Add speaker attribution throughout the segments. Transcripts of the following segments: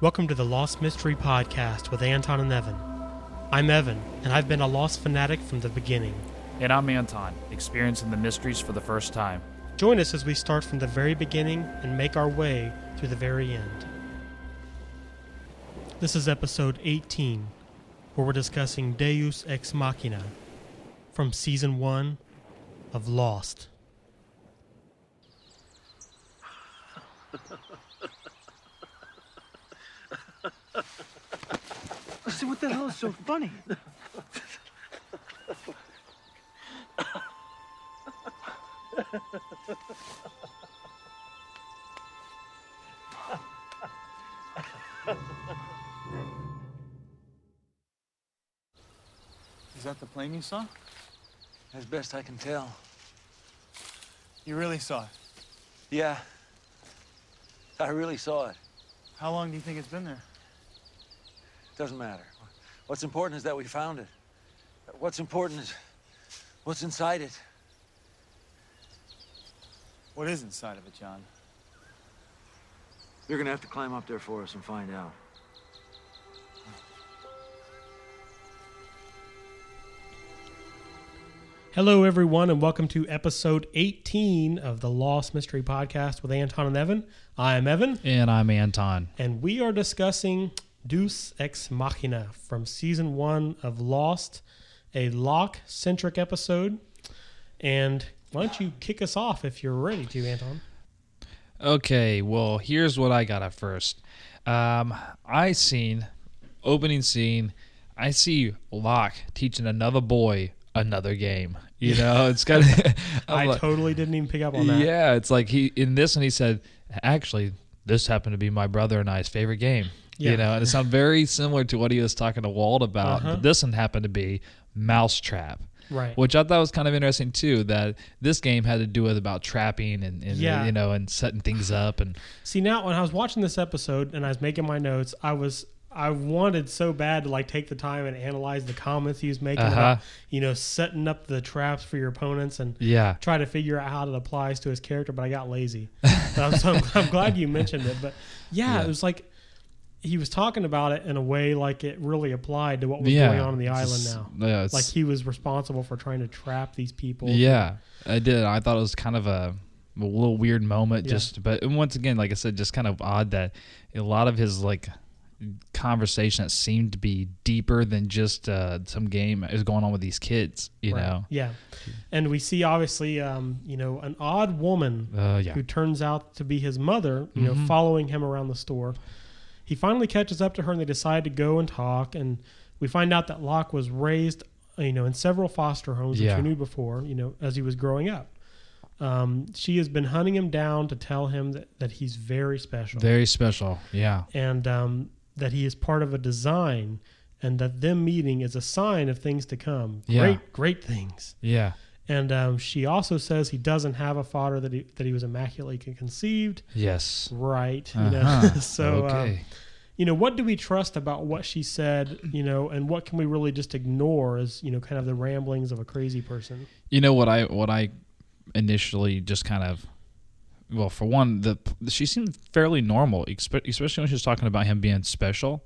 Speaker 1: Welcome to the Lost Mystery Podcast with Anton and Evan. I'm Evan, and I've been a Lost fanatic from the beginning.
Speaker 2: And I'm Anton, experiencing the mysteries for the first time.
Speaker 1: Join us as we start from the very beginning and make our way to the very end. This is episode 18, where we're discussing Deus Ex Machina from season 1 of Lost.
Speaker 3: So what the hell is so funny?
Speaker 4: Is that the plane you saw?
Speaker 3: As best I can tell.
Speaker 4: You really saw it.
Speaker 3: Yeah. I really saw it.
Speaker 4: How long do you think it's been there?
Speaker 3: Doesn't matter. What's important is that we found it. What's important is what's inside it.
Speaker 4: What is inside of it, John?
Speaker 3: You're gonna have to climb up there for us and find out.
Speaker 1: Hello, everyone, and welcome to episode 18 of the Lost Mystery Podcast with Anton and Evan. I am Evan,
Speaker 2: And I'm Anton.
Speaker 1: and we are discussing Deus Ex Machina from season one of Lost, a Locke centric episode. And why don't you kick us off if you're ready to, Anton?
Speaker 5: Okay, well, here's what I got at first. Um, I seen opening scene. I see Locke teaching another boy another game. You know, it's got.
Speaker 1: I
Speaker 5: I'm like-
Speaker 1: totally didn't even pick up on that.
Speaker 5: Oh, Yeah, it's like he in this and he said, actually, this happened to be my brother and I's favorite game.
Speaker 1: Yeah.
Speaker 5: You know, and it sounds very similar to what he was talking to Walt about.
Speaker 1: Uh-huh.
Speaker 5: But this one happened to be Mousetrap.
Speaker 1: Right.
Speaker 5: Which I thought was kind of interesting too, that this game had to do with about trapping and, and
Speaker 1: Yeah.
Speaker 5: you know, and setting things up and
Speaker 1: See now, when I was watching this episode and I was making my notes, I was I wanted so bad to like take the time and analyze the comments he was making about
Speaker 5: Uh-huh.
Speaker 1: you know setting up the traps for your opponents and
Speaker 5: Yeah.
Speaker 1: try to figure out how it applies to his character. But I got lazy. But I'm, so, I'm glad you mentioned it. But yeah, it was like he was talking about it in a way like it really applied to what was
Speaker 5: yeah.
Speaker 1: going on in the island
Speaker 5: It's-
Speaker 1: now.
Speaker 5: Yeah, it's-
Speaker 1: Like he was responsible for trying to trap these people.
Speaker 5: yeah, I did. I thought it was kind of a, a little weird moment.
Speaker 1: Yeah.
Speaker 5: Just, but and once again, like I said, just kind of odd that a lot of his like conversation that seemed to be deeper than just uh, some game is going on with these kids. You
Speaker 1: Right.
Speaker 5: know?
Speaker 1: Yeah. And we see obviously, um, you know, an odd woman
Speaker 5: Uh, yeah. Mm-hmm.
Speaker 1: who turns out to be his mother, you know, following him around the store. He finally catches up to her and they decide to go and talk. And we find out that Locke was raised, you know, in several foster homes,
Speaker 5: Yeah.
Speaker 1: which we knew before, you know, as he was growing up. Um, she has been hunting him down to tell him that, that he's very special
Speaker 5: Very special. Yeah.
Speaker 1: and um, that he is part of a design and that them meeting is a sign of things to come.
Speaker 5: Yeah.
Speaker 1: Great, great things.
Speaker 5: Yeah.
Speaker 1: And um, she also says he doesn't have a father that he that he was immaculately con- conceived.
Speaker 5: Yes.
Speaker 1: Right. You know.
Speaker 5: Uh-huh.
Speaker 1: so um,
Speaker 5: okay.
Speaker 1: you know, what do we trust about what she said? You know, and what can we really just ignore as you know, kind of the ramblings of a crazy person?
Speaker 5: you know what I what I initially just kind of well for one the she seemed fairly normal expe- especially when she was talking about him being special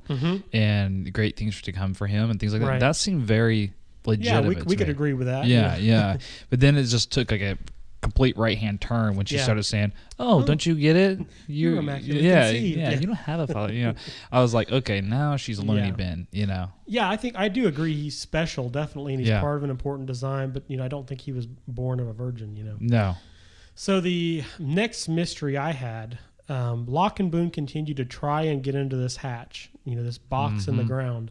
Speaker 5: and great things to come for him and things like
Speaker 1: Right.
Speaker 5: that that seemed very
Speaker 1: Yeah,
Speaker 5: legitimate
Speaker 1: we,
Speaker 5: to
Speaker 1: we could
Speaker 5: me.
Speaker 1: agree with that.
Speaker 5: yeah yeah but then it just took like a complete right hand turn when she
Speaker 1: Yeah.
Speaker 5: started saying oh don't you get it
Speaker 1: You're
Speaker 5: you
Speaker 1: immaculate
Speaker 5: yeah,
Speaker 1: conceived."
Speaker 5: yeah
Speaker 1: Yeah.
Speaker 5: you don't have a father you know I was like okay now she's a loony
Speaker 1: Yeah.
Speaker 5: bin you know
Speaker 1: Yeah, I think I do agree. He's special, definitely, and he's
Speaker 5: Yeah.
Speaker 1: part of an important design. But you know, I don't think he was born of a virgin. You know.
Speaker 5: no
Speaker 1: So the next mystery I had, um, Locke and Boone continue to try and get into this hatch, you know, this box in the
Speaker 5: Mm-hmm.
Speaker 1: ground.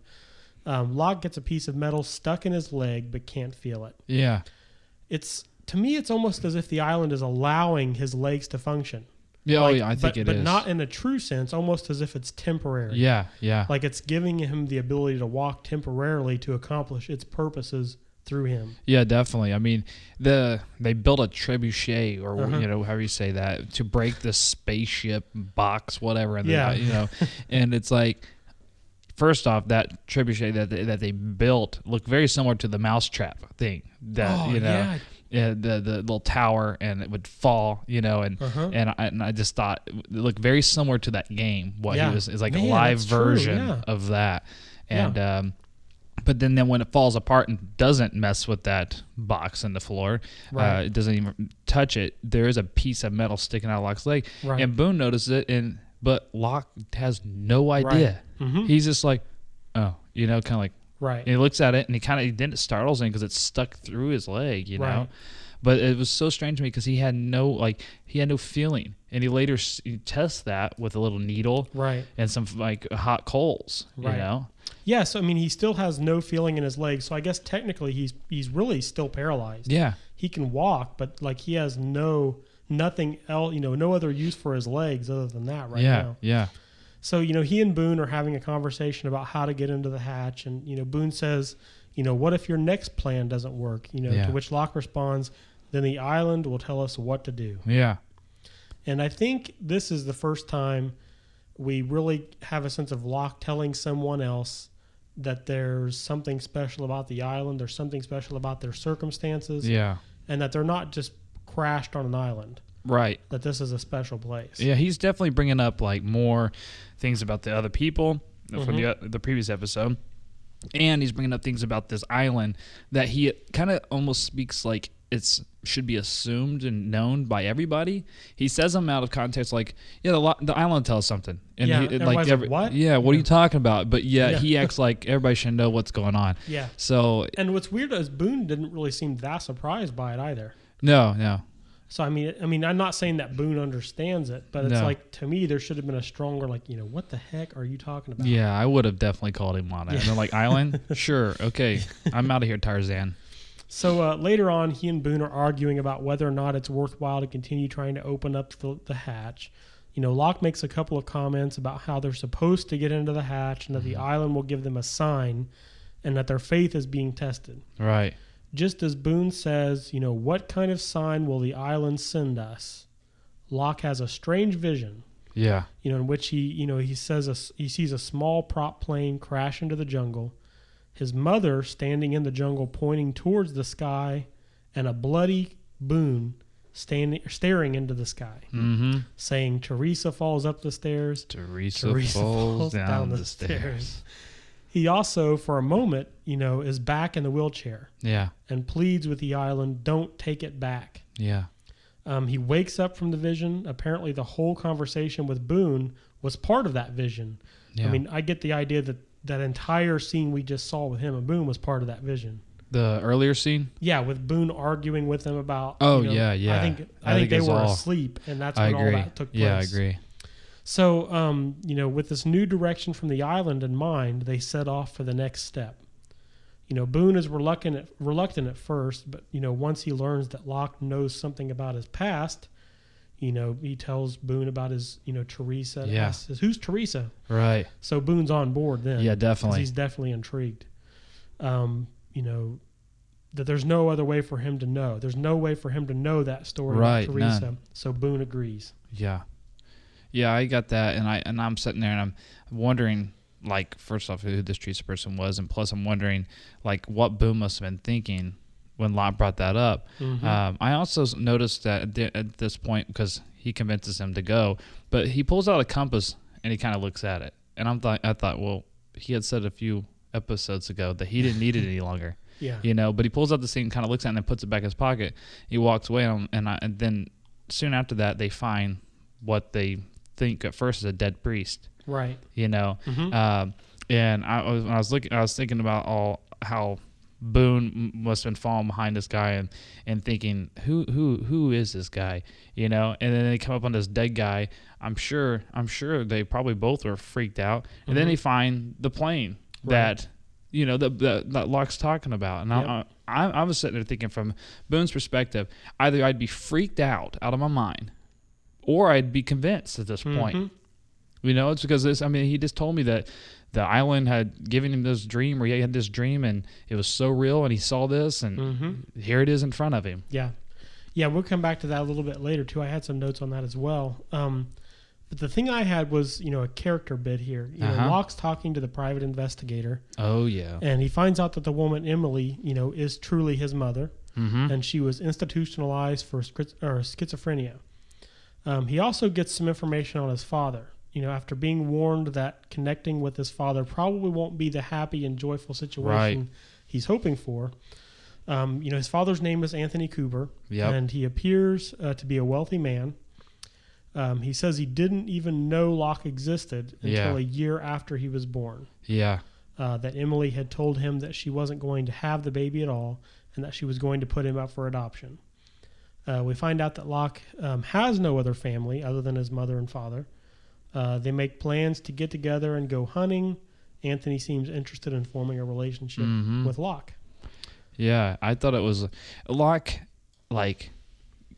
Speaker 1: Um, Locke gets a piece of metal stuck in his leg but can't feel it.
Speaker 5: yeah
Speaker 1: It's to me, it's almost as if the island is allowing his legs to function.
Speaker 5: yeah oh
Speaker 1: Like,
Speaker 5: yeah I think
Speaker 1: but,
Speaker 5: it is.
Speaker 1: but not in a true sense. Almost as if it's temporary.
Speaker 5: yeah yeah
Speaker 1: like it's giving him the ability to walk temporarily to accomplish its purposes through him.
Speaker 5: Yeah, definitely. I mean, the they built a trebuchet, or
Speaker 1: Uh-huh.
Speaker 5: you know, however you say that, to break the spaceship box, whatever. And
Speaker 1: Yeah.
Speaker 5: yeah, you know, and it's like, first off, that trebuchet that they, that they built looked very similar to the mousetrap thing. That
Speaker 1: Oh,
Speaker 5: you know,
Speaker 1: yeah.
Speaker 5: uh, the the little tower and it would fall, you know, and
Speaker 1: Uh-huh.
Speaker 5: and, I, and I just thought it looked very similar to that game. What
Speaker 1: Yeah.
Speaker 5: he was is like a
Speaker 1: Man,
Speaker 5: live
Speaker 1: that's true,
Speaker 5: version
Speaker 1: yeah.
Speaker 5: of that, and um, but then then when it falls apart and doesn't mess with that box in the floor, uh,
Speaker 1: Right.
Speaker 5: it doesn't even touch it. There is a piece of metal sticking out of Locke's leg,
Speaker 1: Right.
Speaker 5: and Boone notices it, and but Locke has no idea.
Speaker 1: Mm-hmm.
Speaker 5: He's just like, oh, you know, kind of like
Speaker 1: Right.
Speaker 5: and he looks at it and he kind of then it startles him because it's stuck through his leg, you know.
Speaker 1: Right.
Speaker 5: But it was so strange to me because he had no like he had no feeling, and he later s- he tests that with a little needle,
Speaker 1: Right.
Speaker 5: and some like hot coals, you
Speaker 1: Right.
Speaker 5: know.
Speaker 1: Yeah, so I mean, he still has no feeling in his legs. So I guess technically, he's he's really still paralyzed.
Speaker 5: Yeah,
Speaker 1: he can walk, but like he has no nothing else. You know, no other use for his legs other than that right
Speaker 5: yeah,
Speaker 1: now.
Speaker 5: yeah,
Speaker 1: So you know, he and Boone are having a conversation about how to get into the hatch, and you know, Boone says, you know, what if your next plan doesn't work? You know,
Speaker 5: Yeah.
Speaker 1: to which Locke responds, then the island will tell us what to do.
Speaker 5: yeah,
Speaker 1: And I think this is the first time we really have a sense of Locke telling someone else that there's something special about the island, there's something special about their circumstances,
Speaker 5: yeah.
Speaker 1: and that they're not just crashed on an island,
Speaker 5: Right.
Speaker 1: that this is a special place.
Speaker 5: Yeah, he's definitely bringing up like more things about the other people from the
Speaker 1: Mm-hmm.
Speaker 5: the previous episode, and he's bringing up things about this island that he kind of almost speaks like it's should be assumed and known by everybody. He says them out of context, like yeah, the, lo- the island tells something, and
Speaker 1: Yeah,
Speaker 5: he, and,
Speaker 1: everybody's like,
Speaker 5: every-
Speaker 1: "What?"
Speaker 5: Yeah, what are you talking about? But yeah,
Speaker 1: Yeah.
Speaker 5: he acts like everybody should know what's going on.
Speaker 1: Yeah.
Speaker 5: So
Speaker 1: And what's weird is Boone didn't really seem that surprised by it either.
Speaker 5: no, no,
Speaker 1: So I mean, I mean, I'm not saying that Boone understands it, but it's
Speaker 5: No.
Speaker 1: like to me, there should have been a stronger, like, you know, what the heck are you talking about?
Speaker 5: yeah, I would have definitely called him on it. And they're like, island, sure, okay, I'm out of here, Tarzan.
Speaker 1: So uh, later on, he and Boone are arguing about whether or not it's worthwhile to continue trying to open up the, the hatch. You know, Locke makes a couple of comments about how they're supposed to get into the hatch and that the
Speaker 5: Mm-hmm.
Speaker 1: island will give them a sign and that their faith is being tested.
Speaker 5: Right.
Speaker 1: Just as Boone says, you know, what kind of sign will the island send us? Locke has a strange vision,
Speaker 5: Yeah.
Speaker 1: you know, in which he, you know, he says a s he sees a small prop plane crash into the jungle, his mother standing in the jungle pointing towards the sky, and a bloody Boone standing staring into the sky,
Speaker 5: Mm-hmm.
Speaker 1: saying Teresa falls up the stairs.
Speaker 5: Teresa,
Speaker 1: Teresa
Speaker 5: falls, down, the, stairs.
Speaker 1: He also, for a moment, you know, is back in the wheelchair
Speaker 5: Yeah,
Speaker 1: and pleads with the island, "Don't take it back."
Speaker 5: yeah,
Speaker 1: Um, he wakes up from the vision. Apparently, the whole conversation with Boone was part of that vision.
Speaker 5: yeah.
Speaker 1: I mean, I get the idea that that entire scene we just saw with him and Boone was part of that vision.
Speaker 5: the earlier scene.
Speaker 1: Yeah, with Boone arguing with them about.
Speaker 5: Oh, yeah,
Speaker 1: I
Speaker 5: yeah.
Speaker 1: think
Speaker 5: I
Speaker 1: I,
Speaker 5: think
Speaker 1: think,
Speaker 5: it's
Speaker 1: they were
Speaker 5: all-
Speaker 1: asleep, and that's
Speaker 5: I
Speaker 1: when
Speaker 5: agree.
Speaker 1: all that took place.
Speaker 5: Yeah, I agree.
Speaker 1: So, um, you know, with this new direction from the island in mind, they set off for the next step. You know, Boone is reluctant at, reluctant at first, but you know, once he learns that Locke knows something about his past, you know, he tells Boone about his, you know, Teresa. and
Speaker 5: Yeah.
Speaker 1: asks his- Who's Teresa?
Speaker 5: Right.
Speaker 1: So Boone's on board then.
Speaker 5: Yeah,
Speaker 1: 'cause
Speaker 5: definitely.
Speaker 1: He's definitely intrigued. Um, you know, that there's no other way for him to know. There's no way for him to know that story of
Speaker 5: Right,
Speaker 1: Teresa.
Speaker 5: none.
Speaker 1: So Boone agrees.
Speaker 5: Yeah, yeah. I got that, and I and I'm sitting there and I'm wondering, like, first off, who this Teresa person was, and plus I'm wondering, like, what Boone must have been thinking when Lot brought that up. Um, I also s- noticed that at, the, at this point because he convinces him to go, but he pulls out a compass and he kind of looks at it, and I'm thought I thought, well, he had said a few episodes ago that he didn't need it any longer.
Speaker 1: Yeah.
Speaker 5: you know. But he pulls out the thing, kind of looks at it, and then puts it back in his pocket. He walks away, and, and, I, and then soon after that, they find what they think at first is a dead priest.
Speaker 1: Right. Mm-hmm.
Speaker 5: You know, um, and I was when I was looking, I was thinking about all how Boone m- must have been falling behind this guy and and thinking who who who is this guy? You know, and then they come up on this dead guy. I'm sure I'm sure they probably both were freaked out, and then they find the plane that you know that that, that Locke's talking about, and I,
Speaker 1: Yep.
Speaker 5: I I was sitting there thinking from Boone's perspective, either I'd be freaked out out of my mind, or I'd be convinced at this point. You know, it's because this. I mean, he just told me that the island had given him this dream, where he had this dream, and it was so real, and he saw this, and here it is in front of him.
Speaker 1: Yeah. Yeah, we'll come back to that a little bit later too. I had some notes on that as well. Um, but the thing I had was, you know, a character bit here. You
Speaker 5: Uh-huh.
Speaker 1: know, Locke's talking to the private investigator,
Speaker 5: Oh yeah,
Speaker 1: and he finds out that the woman Emily, you know, is truly his mother.
Speaker 5: Mm-hmm.
Speaker 1: and she was institutionalized for schiz- or schizophrenia. Um, he also gets some information on his father. You know, after being warned that connecting with his father probably won't be the happy and joyful situation
Speaker 5: Right.
Speaker 1: he's hoping for. Um, you know, his father's name is Anthony Cooper,
Speaker 5: Yep.
Speaker 1: and he appears uh, to be a wealthy man. Um, he says he didn't even know Locke existed until
Speaker 5: Yeah.
Speaker 1: a year after he was born
Speaker 5: Yeah.
Speaker 1: uh, that Emily had told him that she wasn't going to have the baby at all and that she was going to put him up for adoption. Uh, we find out that Locke um, has no other family other than his mother and father. Uh, they make plans to get together and go hunting. Anthony seems interested in forming a relationship
Speaker 5: Mhm.
Speaker 1: with Locke.
Speaker 5: Yeah, I thought it was Locke like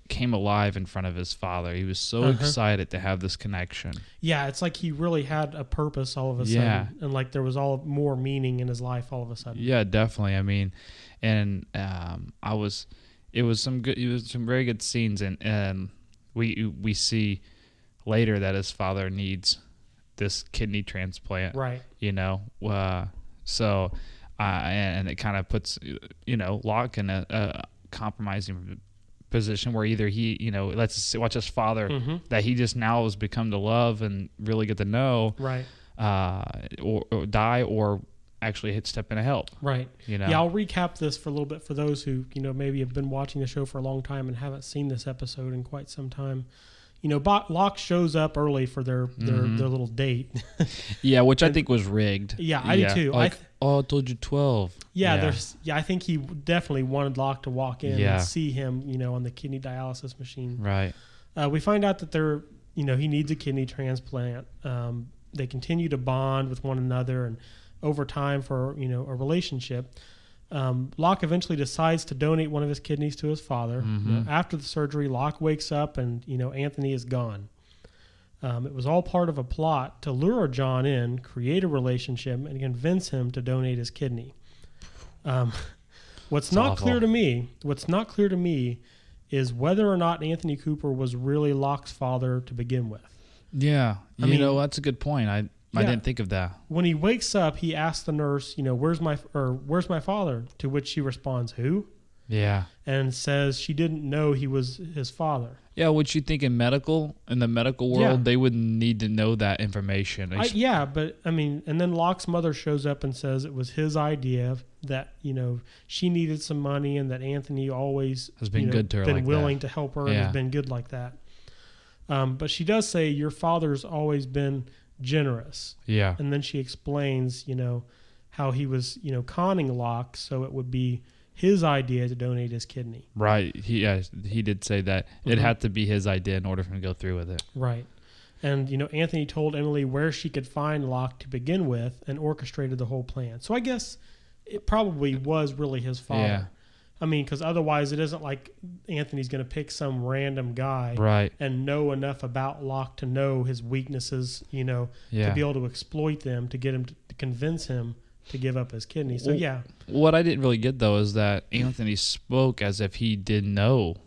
Speaker 5: came alive in front of his father. He was so
Speaker 1: Uh-huh.
Speaker 5: excited to have this connection.
Speaker 1: Yeah, it's like he really had a purpose all of a
Speaker 5: Yeah.
Speaker 1: sudden, and like there was all more meaning in his life all of a sudden.
Speaker 5: Yeah, definitely. I mean, and um, I was it was some good it was some very good scenes and and we we see later that his father needs this kidney transplant.
Speaker 1: Right.
Speaker 5: you know uh, so uh, and, and it kind of puts you know Locke in a, a compromising position where either he you know lets us see- watch his father
Speaker 1: Mm-hmm.
Speaker 5: that he just now has become to love and really get to know
Speaker 1: Right.
Speaker 5: uh, or, or die or actually hit step in to help
Speaker 1: Right.
Speaker 5: you know
Speaker 1: Yeah, I'll recap this for a little bit for those who, you know, maybe have been watching the show for a long time and haven't seen this episode in quite some time. You know, Bo- Locke shows up early for their their, their little date.
Speaker 5: Yeah, which I think was rigged
Speaker 1: Yeah, I do too. I
Speaker 5: like,
Speaker 1: th-
Speaker 5: oh I told you 12
Speaker 1: yeah, there's yeah, I think he definitely wanted Locke to walk in
Speaker 5: Yeah.
Speaker 1: and see him, you know, on the kidney dialysis machine.
Speaker 5: right
Speaker 1: Uh, we find out that they're, you know, he needs a kidney transplant. Um, they continue to bond with one another and over time for, you know, a relationship. Um, Locke eventually decides to donate one of his kidneys to his father.
Speaker 5: Mm-hmm.
Speaker 1: Now, after the surgery, Locke wakes up and, you know, Anthony is gone. Um, it was all part of a plot to lure John in, create a relationship, and convince him to donate his kidney. Um, what's
Speaker 5: It's
Speaker 1: not
Speaker 5: awful.
Speaker 1: clear to me, what's not clear to me, is whether or not Anthony Cooper was really Locke's father to begin with.
Speaker 5: yeah
Speaker 1: I
Speaker 5: you
Speaker 1: mean-
Speaker 5: know that's a good point I I
Speaker 1: Yeah.
Speaker 5: didn't think of that
Speaker 1: When he wakes up, he asks the nurse, you know, where's my or where's my father? To which she responds, "Who?"
Speaker 5: yeah
Speaker 1: and says she didn't know he was his father.
Speaker 5: Yeah, would you think in medical in the medical world
Speaker 1: Yeah.
Speaker 5: they would need to know that information?
Speaker 1: I, yeah, but I mean, and then Locke's mother shows up and says it was his idea that you know she needed some money and that Anthony always
Speaker 5: Has been
Speaker 1: you know,
Speaker 5: good to her
Speaker 1: been
Speaker 5: like that.
Speaker 1: willing to help her, and
Speaker 5: Yeah.
Speaker 1: has been good like that. Um, but she does say your father's always been generous,
Speaker 5: yeah,
Speaker 1: and then she explains, you know, how he was, you know, conning Locke so it would be his idea to donate his kidney.
Speaker 5: right. He yeah, he did say that
Speaker 1: Mm-hmm.
Speaker 5: it had to be his idea in order for him to go through with it.
Speaker 1: Right. And you know, Anthony told Emily where she could find Locke to begin with, and orchestrated the whole plan. So I guess it probably was really his father.
Speaker 5: Yeah.
Speaker 1: I mean, because otherwise, it isn't like Anthony's going to pick some random guy
Speaker 5: Right.
Speaker 1: and know enough about Locke to know his weaknesses. You know,
Speaker 5: Yeah.
Speaker 1: to be able to exploit them to get him to, to convince him to give up his kidney. So
Speaker 5: Well-
Speaker 1: yeah,
Speaker 5: What I didn't really get though is that Anthony spoke as if he did know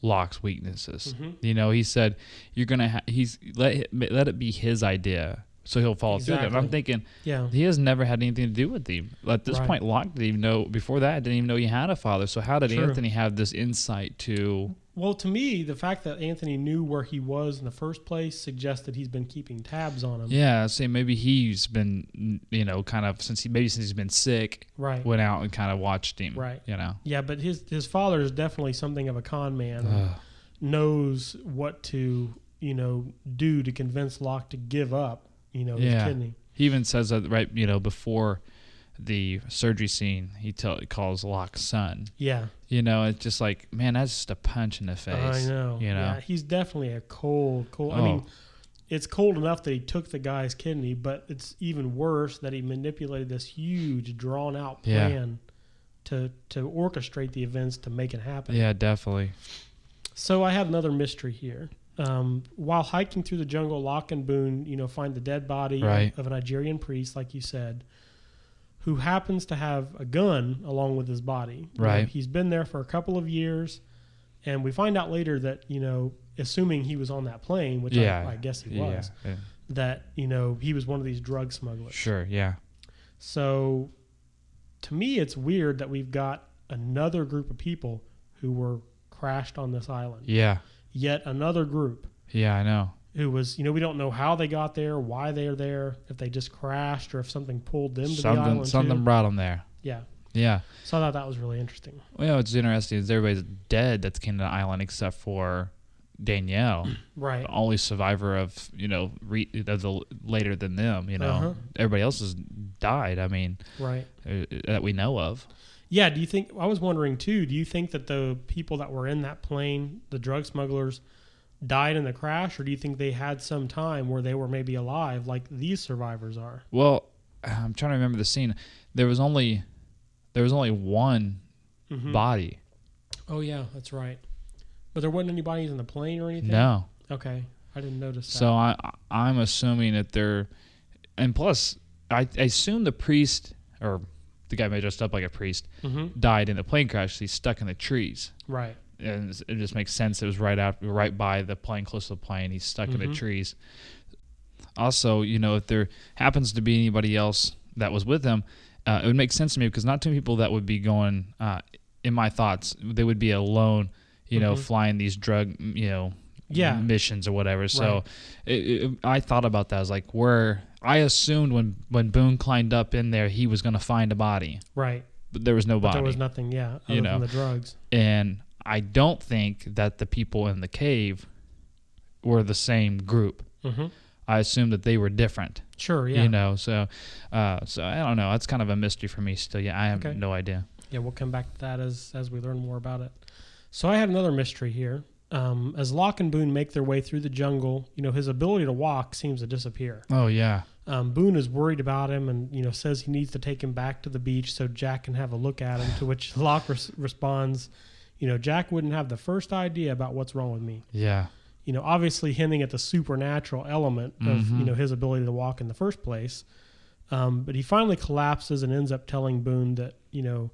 Speaker 5: Locke's weaknesses.
Speaker 1: Mm-hmm.
Speaker 5: You know, he said you're gonna ha- he's let it- let it be his idea, so he'll follow through. with it. And I'm
Speaker 1: Exactly.
Speaker 5: thinking
Speaker 1: yeah,
Speaker 5: he has never had anything to do with him. At this
Speaker 1: Right.
Speaker 5: point, Locke didn't even know. Before that, didn't even know he had a father. So how did
Speaker 1: True.
Speaker 5: Anthony have this insight to?
Speaker 1: Well, to me, the fact that Anthony knew where he was in the first place suggests that he's been keeping tabs on him.
Speaker 5: Yeah, say maybe he's been, you know, kind of since he maybe since he's been sick,
Speaker 1: Right.
Speaker 5: went out and kind of watched him,
Speaker 1: Right.
Speaker 5: You know,
Speaker 1: Yeah, but his his father is definitely something of a con man.
Speaker 5: Uh.
Speaker 1: knows what to you know do to convince Locke to give up. You know his
Speaker 5: Yeah.
Speaker 1: kidney.
Speaker 5: he even says that right, you know, before the surgery scene, he tell calls Locke's son.
Speaker 1: Yeah,
Speaker 5: You know, it's just like, man, that's just a punch in the face.
Speaker 1: I know.
Speaker 5: You know,
Speaker 1: yeah, he's definitely a cold, cold. I
Speaker 5: Oh.
Speaker 1: mean, it's cold enough that he took the guy's kidney, but it's even worse that he manipulated this huge, drawn out
Speaker 5: Yeah.
Speaker 1: plan to to orchestrate the events to make it happen.
Speaker 5: yeah, definitely.
Speaker 1: So I have another mystery here. Um, while hiking through the jungle, Locke and Boone, you know, find the dead body
Speaker 5: Right.
Speaker 1: of, of an Nigerian priest, like you said, who happens to have a gun along with his body. You know,
Speaker 5: Right.
Speaker 1: he's been there for a couple of years, and we find out later that you know, assuming he was on that plane, which
Speaker 5: yeah,
Speaker 1: I, I guess he
Speaker 5: yeah,
Speaker 1: was,
Speaker 5: yeah.
Speaker 1: that you know, he was one of these drug smugglers.
Speaker 5: Sure, yeah,
Speaker 1: So, to me, it's weird that we've got another group of people who were crashed on this island.
Speaker 5: Yeah.
Speaker 1: Yet another group
Speaker 5: Yeah, I know.
Speaker 1: who was, you know, we don't know how they got there, why they're there, if they just crashed or if something pulled them to the
Speaker 5: Something
Speaker 1: island.
Speaker 5: something
Speaker 1: too.
Speaker 5: brought them there.
Speaker 1: Yeah.
Speaker 5: Yeah.
Speaker 1: So I thought that was really interesting.
Speaker 5: Well, what's interesting is everybody's dead that's came to the island except for Danielle,
Speaker 1: Right.
Speaker 5: the only survivor of you know re- of the later than them. You know,
Speaker 1: Uh-huh.
Speaker 5: everybody else has died. I mean,
Speaker 1: Right.
Speaker 5: uh, that we know of.
Speaker 1: Yeah. Do you think, I was wondering too, do you think that the people that were in that plane, the drug smugglers, died in the crash or do you think they had some time where they were maybe alive like these survivors are?
Speaker 5: Well, I'm trying to remember the scene. There was only there was only one body.
Speaker 1: Oh, yeah. That's right. But there wasn't any bodies in the plane or anything?
Speaker 5: No.
Speaker 1: Okay. I didn't notice that.
Speaker 5: So I I- I'm assuming that they're, and plus I, I assume the priest or the guy may dressed up like a priest died in the plane crash. He's stuck in the trees,
Speaker 1: Mm-hmm. Right.
Speaker 5: and it's- it just makes sense. It was right out right by the plane, close to the plane. He's stuck
Speaker 1: Mm-hmm.
Speaker 5: in the trees. Also, you know, if there happens to be anybody else that was with him, uh, it would make sense to me because not too many people that would be going. Uh, in my thoughts, they would be alone. You know, flying these drug, you know,
Speaker 1: Mm-hmm. Yeah.
Speaker 5: missions or whatever. So
Speaker 1: Right.
Speaker 5: it, it, I thought about that. I was like, where I assumed when when Boone climbed up in there, he was gonna find a body,
Speaker 1: Right.
Speaker 5: but there was no
Speaker 1: But
Speaker 5: body.
Speaker 1: there was nothing, yeah, other
Speaker 5: You know.
Speaker 1: than the drugs.
Speaker 5: and I don't think that the people in the cave were the same group.
Speaker 1: Mhm.
Speaker 5: I assumed that they were different.
Speaker 1: Sure, yeah.
Speaker 5: You know, so uh, so I don't know. That's kind of a mystery for me still. Yeah, I have
Speaker 1: Okay.
Speaker 5: no idea.
Speaker 1: Yeah, we'll come back to that as as we learn more about it. So I had another mystery here. Um, as Locke and Boone make their way through the jungle, you know his ability to walk seems to disappear.
Speaker 5: Oh yeah,
Speaker 1: Um, Boone is worried about him, and you know says he needs to take him back to the beach so Jack can have a look at him. To which Locke res- responds, "You know Jack wouldn't have the first idea about what's wrong with me.
Speaker 5: yeah,
Speaker 1: You know, obviously hinting at the supernatural element of you know his ability to walk in the first place." Um, but he finally collapses and ends up telling Boone that, you know,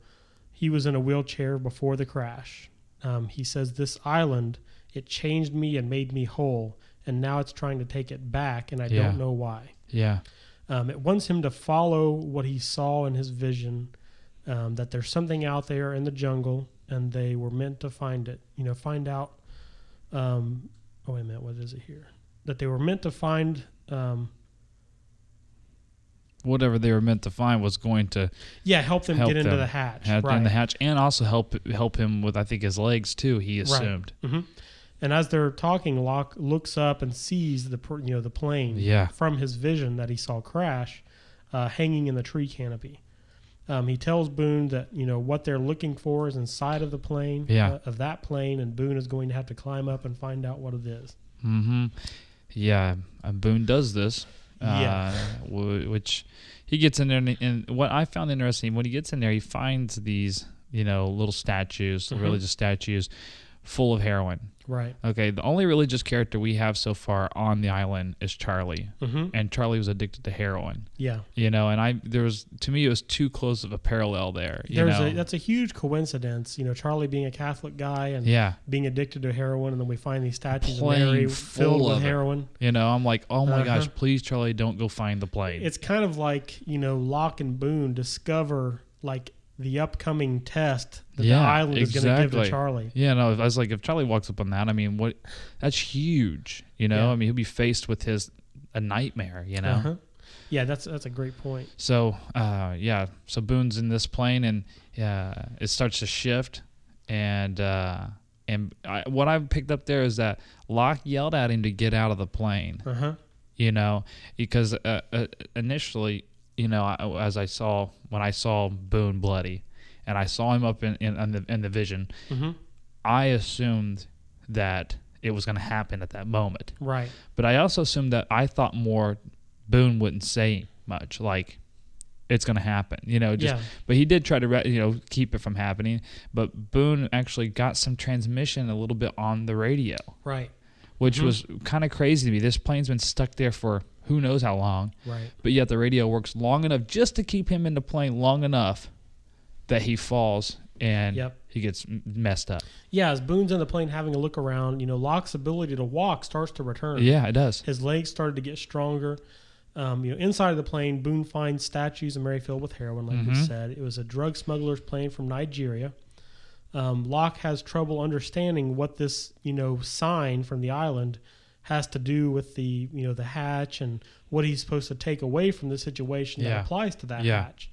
Speaker 1: he was in a wheelchair before the crash. Um, he says, This island, it changed me and made me whole, and now it's trying to take it back, and I
Speaker 5: Yeah.
Speaker 1: don't know why.
Speaker 5: yeah,
Speaker 1: Um, it wants him to follow what he saw in his vision um, that there's something out there in the jungle, and they were meant to find it. You know, find out. Um, oh, wait a minute, what is it here? That they were meant to find. Um,
Speaker 5: whatever they were meant to find was going to
Speaker 1: yeah, help them
Speaker 5: Help
Speaker 1: get into
Speaker 5: them.
Speaker 1: the hatch.
Speaker 5: had
Speaker 1: right.
Speaker 5: in the hatch and also help help him with I think his legs too. He assumed.
Speaker 1: hmm And as they're talking, Locke looks up and sees the pr- you know the plane
Speaker 5: Yeah.
Speaker 1: from his vision that he saw crash, uh, hanging in the tree canopy. Um, he tells Boone that you know what they're looking for is inside of the plane,
Speaker 5: Yeah.
Speaker 1: uh, of that plane, and Boone is going to have to climb up and find out what it is.
Speaker 5: Mm-hmm. Yeah, and Boone does this.
Speaker 1: Yeah.
Speaker 5: Uh, wh- which he gets in there, and, and what I found interesting when he gets in there, he finds these you know little statues,
Speaker 1: Mm-hmm.
Speaker 5: religious statues, full of heroin.
Speaker 1: Right.
Speaker 5: Okay, the only religious character we have so far on the island is Charlie,
Speaker 1: Mhm.
Speaker 5: and Charlie was addicted to heroin.
Speaker 1: Yeah.
Speaker 5: You know, and I there was to me it was too close of a parallel there. You
Speaker 1: There's
Speaker 5: know?
Speaker 1: a that's a huge coincidence. You know, Charlie being a Catholic guy and
Speaker 5: yeah.
Speaker 1: being addicted to heroin, and then we find these statues of
Speaker 5: Plane
Speaker 1: Mary
Speaker 5: full
Speaker 1: filled with
Speaker 5: of it.
Speaker 1: heroin.
Speaker 5: You know, I'm like, oh my gosh,
Speaker 1: Uh-huh.
Speaker 5: please, Charlie, don't go find the plane.
Speaker 1: it's kind of like you know Locke and Boone discover like the upcoming test that the island is going to give to Charlie.
Speaker 5: Yeah, no, I was like, if Charlie walks up on that, I mean, what? That's huge. You know,
Speaker 1: Yeah.
Speaker 5: I mean, he'll be faced with his a nightmare. You know,
Speaker 1: Uh-huh. Yeah, that's that's a great point.
Speaker 5: so uh, yeah, so Boone's in this plane, and uh, it starts to shift, and uh, and I, what I picked up there is that Locke yelled at him to get out of the plane
Speaker 1: Uh huh.
Speaker 5: you know, because uh, uh, initially, you know, I, as I saw when I saw Boone bloody, and I saw him up in in, in the in the vision,
Speaker 1: Mm-hmm.
Speaker 5: I assumed that it was going to happen at that moment.
Speaker 1: Right.
Speaker 5: But I also assumed that I thought more Boone wouldn't say much, like it's going to happen, you know. Just,
Speaker 1: Yeah.
Speaker 5: But he did try to, re- you know, keep it from happening. But Boone actually got some transmission a little bit on the radio
Speaker 1: Right.
Speaker 5: which
Speaker 1: Mm-hmm.
Speaker 5: was kind of crazy to me. This plane's been stuck there for who knows how long,
Speaker 1: Right.
Speaker 5: but yet the radio works long enough just to keep him in the plane long enough that he falls and
Speaker 1: Yep.
Speaker 5: he gets m- messed up.
Speaker 1: Yeah, as Boone's in the plane having a look around, you know Locke's ability to walk starts to return.
Speaker 5: Yeah, it does.
Speaker 1: His legs started to get stronger. Um, you know, inside of the plane,
Speaker 5: Mm-hmm.
Speaker 1: Boone finds statues of Mary filled with heroin, like we said. It was a drug smuggler's plane from Nigeria. Um, Locke has trouble understanding what this, you know, sign from the island has to do with the, you know, the hatch and what he's supposed to take away from the situation
Speaker 5: Yeah.
Speaker 1: that applies to that
Speaker 5: Yeah.
Speaker 1: hatch.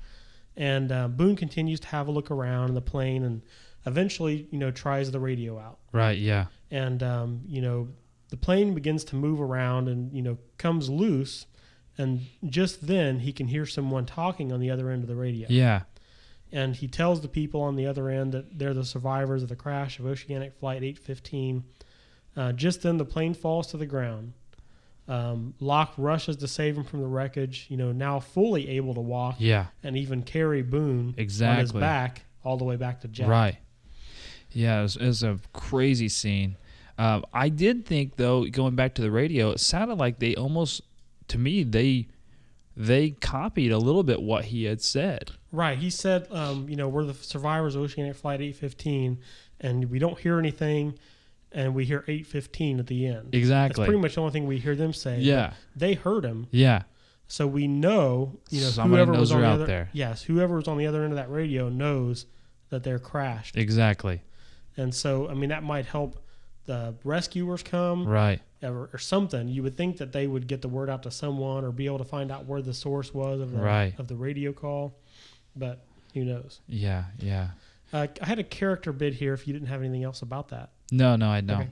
Speaker 1: And uh, Boone continues to have a look around in the plane and eventually, you know, tries the radio out
Speaker 5: Right. Yeah.
Speaker 1: and um, you know the plane begins to move around and you know comes loose and just then he can hear someone talking on the other end of the radio
Speaker 5: Yeah.
Speaker 1: and he tells the people on the other end that they're the survivors of the crash of oceanic flight 815 uh, just then the plane falls to the ground um, Locke rushes to save him from the wreckage, you know, now fully able to walk
Speaker 5: Yeah.
Speaker 1: and even carry Boone on his
Speaker 5: Exactly.
Speaker 1: back all the way back to Jack.
Speaker 5: Right. Yeah, it was, it was a crazy scene. Um, I did think though, going back to the radio, it sounded like they almost, to me, they they copied a little bit what he had said.
Speaker 1: Right. He said, um, you know, we're the survivors of Oceanic Flight 815, and we don't hear anything, and we hear 815 at the end. That's
Speaker 5: Exactly.
Speaker 1: pretty much the only thing we hear them say. but
Speaker 5: Yeah.
Speaker 1: They heard him,
Speaker 5: Yeah.
Speaker 1: so we know, you know,
Speaker 5: Somebody
Speaker 1: whoever
Speaker 5: knows
Speaker 1: was on
Speaker 5: they're
Speaker 1: the
Speaker 5: out
Speaker 1: other,
Speaker 5: there.
Speaker 1: Yes, whoever was on the other end of that radio knows that they're crashed.
Speaker 5: Exactly.
Speaker 1: And so, I mean, that might help the rescuers come
Speaker 5: Right.
Speaker 1: or, or something. You would think that they would get the word out to someone or be able to find out where the source was of the,
Speaker 5: Right.
Speaker 1: of the radio call, but who knows?
Speaker 5: Yeah. Yeah.
Speaker 1: Uh, I had a character bit here. If you didn't have anything else about that,
Speaker 5: No. No. I don't.
Speaker 1: Okay.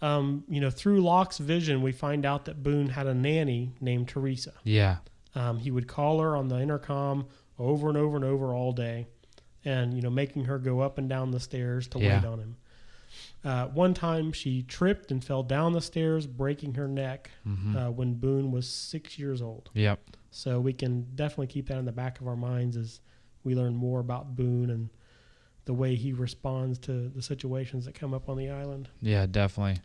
Speaker 1: um, you know, through Locke's vision, we find out that Boone had a nanny named Teresa.
Speaker 5: Yeah.
Speaker 1: Um, he would call her on the intercom over and over and over all day, and you know, making her go up and down the stairs to
Speaker 5: Yeah.
Speaker 1: wait on him. Uh, one time, she tripped and fell down the stairs, breaking her neck
Speaker 5: Hmm.
Speaker 1: uh, when Boone was six years old.
Speaker 5: Mm-hmm. Yep.
Speaker 1: So we can definitely keep that in the back of our minds as we learn more about Boone and the way he responds to the situations that come up on the island.
Speaker 5: Yeah. Definitely.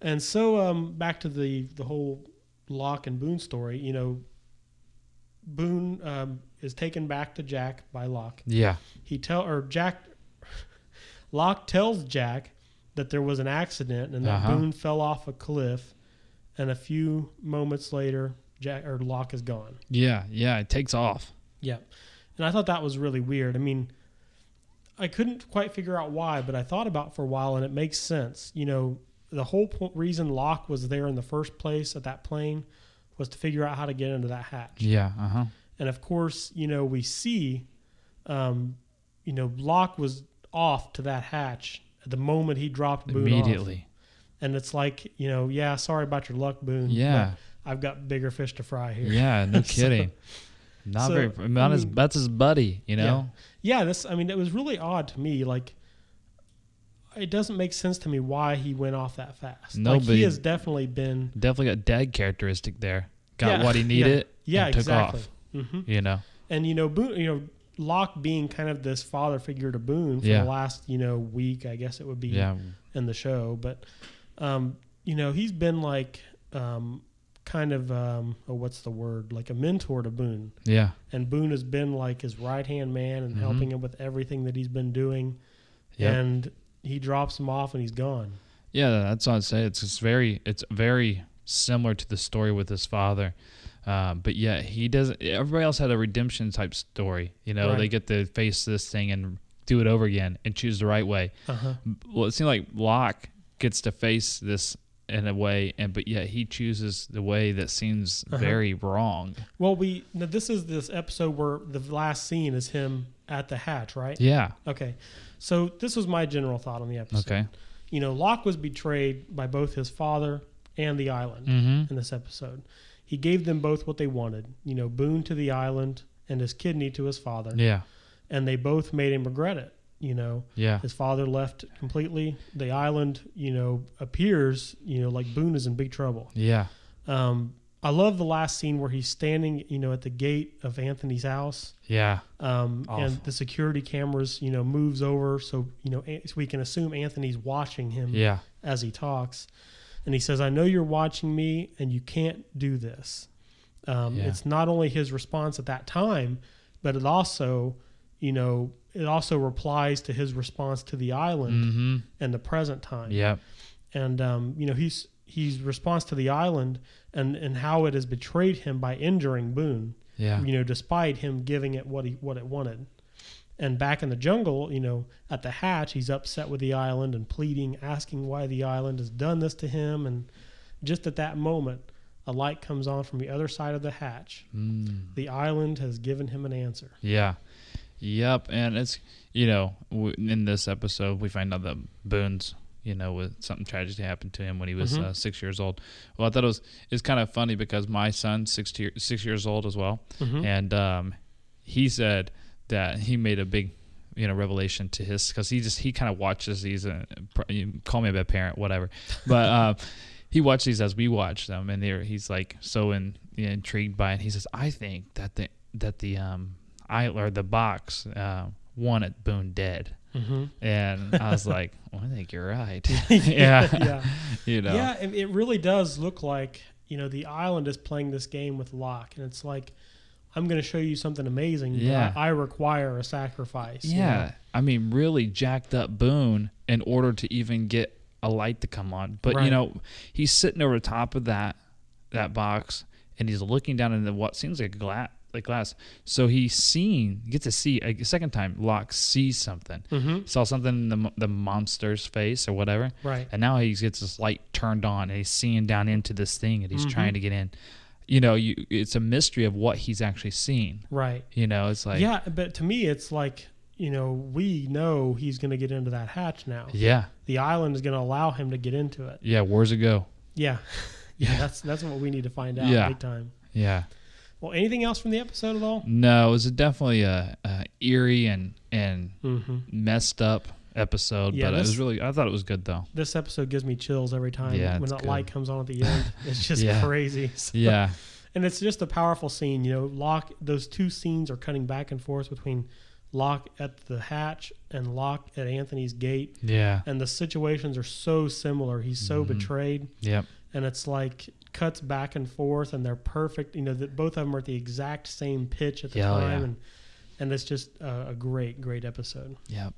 Speaker 1: And so um, back to the the whole Locke and Boone story. You know, Boone um, is taken back to Jack by Locke.
Speaker 5: Yeah.
Speaker 1: He tell or Jack Locke tells Jack that there was an accident and that
Speaker 5: Uh-huh.
Speaker 1: Boone fell off a cliff. And a few moments later, Jack or Locke is gone.
Speaker 5: Yeah. Yeah. It takes off.
Speaker 1: Yeah. And I thought that was really weird. I mean, I couldn't quite figure out why, but I thought about for a while and it makes sense. You know, the whole po- reason Locke was there in the first place at that plane was to figure out how to get into that hatch.
Speaker 5: Yeah. Uh huh.
Speaker 1: And of course, you know, we see, um, you know, Locke was off to that hatch at the moment he dropped Boone off.
Speaker 5: Immediately.
Speaker 1: And it's like, you know, yeah, sorry about your luck, Boone.
Speaker 5: Yeah.
Speaker 1: but I've got bigger fish to fry here.
Speaker 5: Yeah. No
Speaker 1: So-
Speaker 5: kidding. Not
Speaker 1: so,
Speaker 5: very. Not
Speaker 1: I
Speaker 5: his.
Speaker 1: mean-
Speaker 5: That's his buddy. You know.
Speaker 1: Yeah, this I mean it was really odd to me like it doesn't make sense to me why he went off that fast. like
Speaker 5: Nobody-
Speaker 1: he has definitely been
Speaker 5: definitely got dad characteristic there. Got
Speaker 1: Yeah,
Speaker 5: what he needed.
Speaker 1: yeah,
Speaker 5: and took
Speaker 1: exactly.
Speaker 5: off.
Speaker 1: hmm
Speaker 5: You know.
Speaker 1: And you know Boone, you know Locke being kind of this father figure to Boone for
Speaker 5: Yeah.
Speaker 1: the last you know week, I guess it would be
Speaker 5: Yeah.
Speaker 1: in the show, but um, you know he's been like um, kind of um, oh, what's the word like a mentor to Boone.
Speaker 5: Yeah.
Speaker 1: and Boone has been like his right hand man and helping him with everything that he's been doing.
Speaker 5: Mm-hmm. Yep.
Speaker 1: And he drops him off and he's gone.
Speaker 5: Yeah. That's what I'd say. It's just very. It's very similar to the story with his father. Um, but yeah, he doesn't. Everybody else had a redemption type story. You know,
Speaker 1: Right.
Speaker 5: they get to face this thing and do it over again and choose the right way.
Speaker 1: Uh-huh.
Speaker 5: Well, it seems like Locke gets to face this in a way, and but yet he chooses the way that seems very wrong.
Speaker 1: Well, we now this is this episode where the last scene is him at the hatch, right?
Speaker 5: Yeah.
Speaker 1: Okay. So this was my general thought on the episode.
Speaker 5: Okay.
Speaker 1: You know, Locke was betrayed by both his father and the island
Speaker 5: Mm-hmm.
Speaker 1: in this episode. He gave them both what they wanted. You know, Boone to the island and his kidney to his father.
Speaker 5: Yeah.
Speaker 1: And they both made him regret it, you know.
Speaker 5: Yeah.
Speaker 1: His father left completely. The island, you know, appears, you know, like Boone is in big trouble.
Speaker 5: Yeah.
Speaker 1: Um, I love the last scene where he's standing, you know, at the gate of Anthony's house,
Speaker 5: Yeah.
Speaker 1: um, and
Speaker 5: Awful.
Speaker 1: the security cameras, you know, moves over, so you know, An- so we can assume Anthony's watching him
Speaker 5: Yeah.
Speaker 1: as he talks, and he says, "I know you're watching me, and you can't do this." Um,
Speaker 5: Yeah.
Speaker 1: It's not only his response at that time, but it also, you know, it also replies to his response to the island
Speaker 5: Mm-hmm.
Speaker 1: and the present time.
Speaker 5: Yep.
Speaker 1: And um, you know, he's he's response to the island and and how it has betrayed him by injuring Boone.
Speaker 5: Yeah.
Speaker 1: You know, despite him giving it what he what it wanted. And back in the jungle, you know, at the hatch, he's upset with the island and pleading, asking why the island has done this to him. And just at that moment, a light comes on from the other side of the hatch. The island has given him an answer.
Speaker 5: Yeah. Yep. And it's, you know, w- in this episode, we find out that Boone's, you know, with something tragic happened to him when he was uh, six years old. Well, I thought it was, it's kind of funny because my son, six, year, six years old as well. And um, he said that he made a big, you know, revelation to his, because he just, he kind of watches these, uh, pr- you call me a bad parent, whatever. But, uh, he watched these as we watch them, and they're, he's like so in, intrigued by it. He says, "I think that the that the um I or the box uh, wanted Boone dead," and I was like, well, "I think you're right." Mm-hmm. yeah,
Speaker 1: Yeah.
Speaker 5: you know,
Speaker 1: Yeah, it, it really does look like you know the island is playing this game with Locke, and it's like I'm going to show you something amazing. but
Speaker 5: Yeah.
Speaker 1: I, I require a sacrifice. you
Speaker 5: yeah.
Speaker 1: know?
Speaker 5: I mean, really jacked up Boone in order to even get a light to come on. But you
Speaker 1: Right.
Speaker 5: know, he's sitting over top of that that box, and he's looking down into what seems like glass. Like glass, so he's seen, gets to see a second time. Locke sees something,
Speaker 1: Mm-hmm.
Speaker 5: saw something in the, mo- the monster's face or whatever,
Speaker 1: Right.
Speaker 5: And now he gets this light turned on, and he's seeing down into this thing, and he's
Speaker 1: Mm-hmm.
Speaker 5: trying to get in. You know, you it's a mystery of what he's actually seeing.
Speaker 1: right.
Speaker 5: You know, it's like
Speaker 1: yeah, but to me, it's like you know we know he's going to get into that hatch now.
Speaker 5: yeah,
Speaker 1: The island is going to allow him to get into it.
Speaker 5: yeah. Where's it go?
Speaker 1: Yeah, yeah. That's that's what we need to find out
Speaker 5: Yeah.
Speaker 1: big time.
Speaker 5: Yeah.
Speaker 1: Well, anything else from the episode at all?
Speaker 5: No, it was definitely a, a eerie and and messed up episode,
Speaker 1: Yeah,
Speaker 5: but it was
Speaker 1: this-
Speaker 5: really I thought it was good though.
Speaker 1: This episode gives me chills every time
Speaker 5: Yeah,
Speaker 1: when
Speaker 5: it's
Speaker 1: that
Speaker 5: good.
Speaker 1: light comes on at the end. It's just
Speaker 5: Yeah.
Speaker 1: crazy. So-
Speaker 5: Yeah.
Speaker 1: and it's just a powerful scene. You know, Locke. Those two scenes are cutting back and forth between Locke at the hatch and Locke at Anthony's gate,
Speaker 5: yeah.
Speaker 1: and the situations are so similar. He's so
Speaker 5: Mm-hmm.
Speaker 1: betrayed,
Speaker 5: Yep.
Speaker 1: and it's like cuts back and forth, and they're perfect. You know, that both of them are at the exact same pitch at the
Speaker 5: Yeah, oh,
Speaker 1: time,
Speaker 5: yeah.
Speaker 1: and and it's just a, a great, great episode.
Speaker 5: Yep.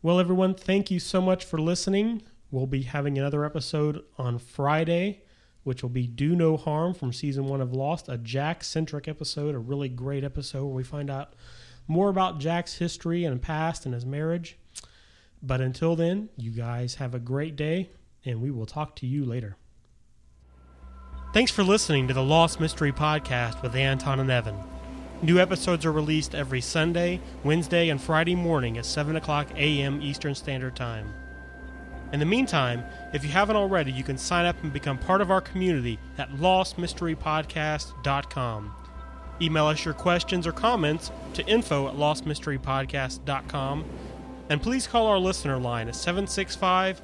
Speaker 1: Well, everyone, thank you so much for listening. We'll be having another episode on Friday, which will be Do No Harm from season one of Lost, a Jack centric episode, a really great episode where we find out more about Jack's history and past and his marriage. But until then, you guys have a great day, and we will talk to you later. Thanks for listening to the Lost Mystery Podcast with Anton and Evan. New episodes are released every Sunday, Wednesday, and Friday morning at 7 o'clock a.m. Eastern Standard Time. In the meantime, if you haven't already, you can sign up and become part of our community at lostmysterypodcast.com. Email us your questions or comments to info at lostmysterypodcast.com. And please call our listener line at 765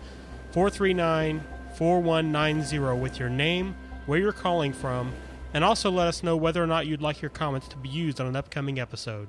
Speaker 1: 439 4190 with your name, where you're calling from, and also let us know whether or not you'd like your comments to be used on an upcoming episode.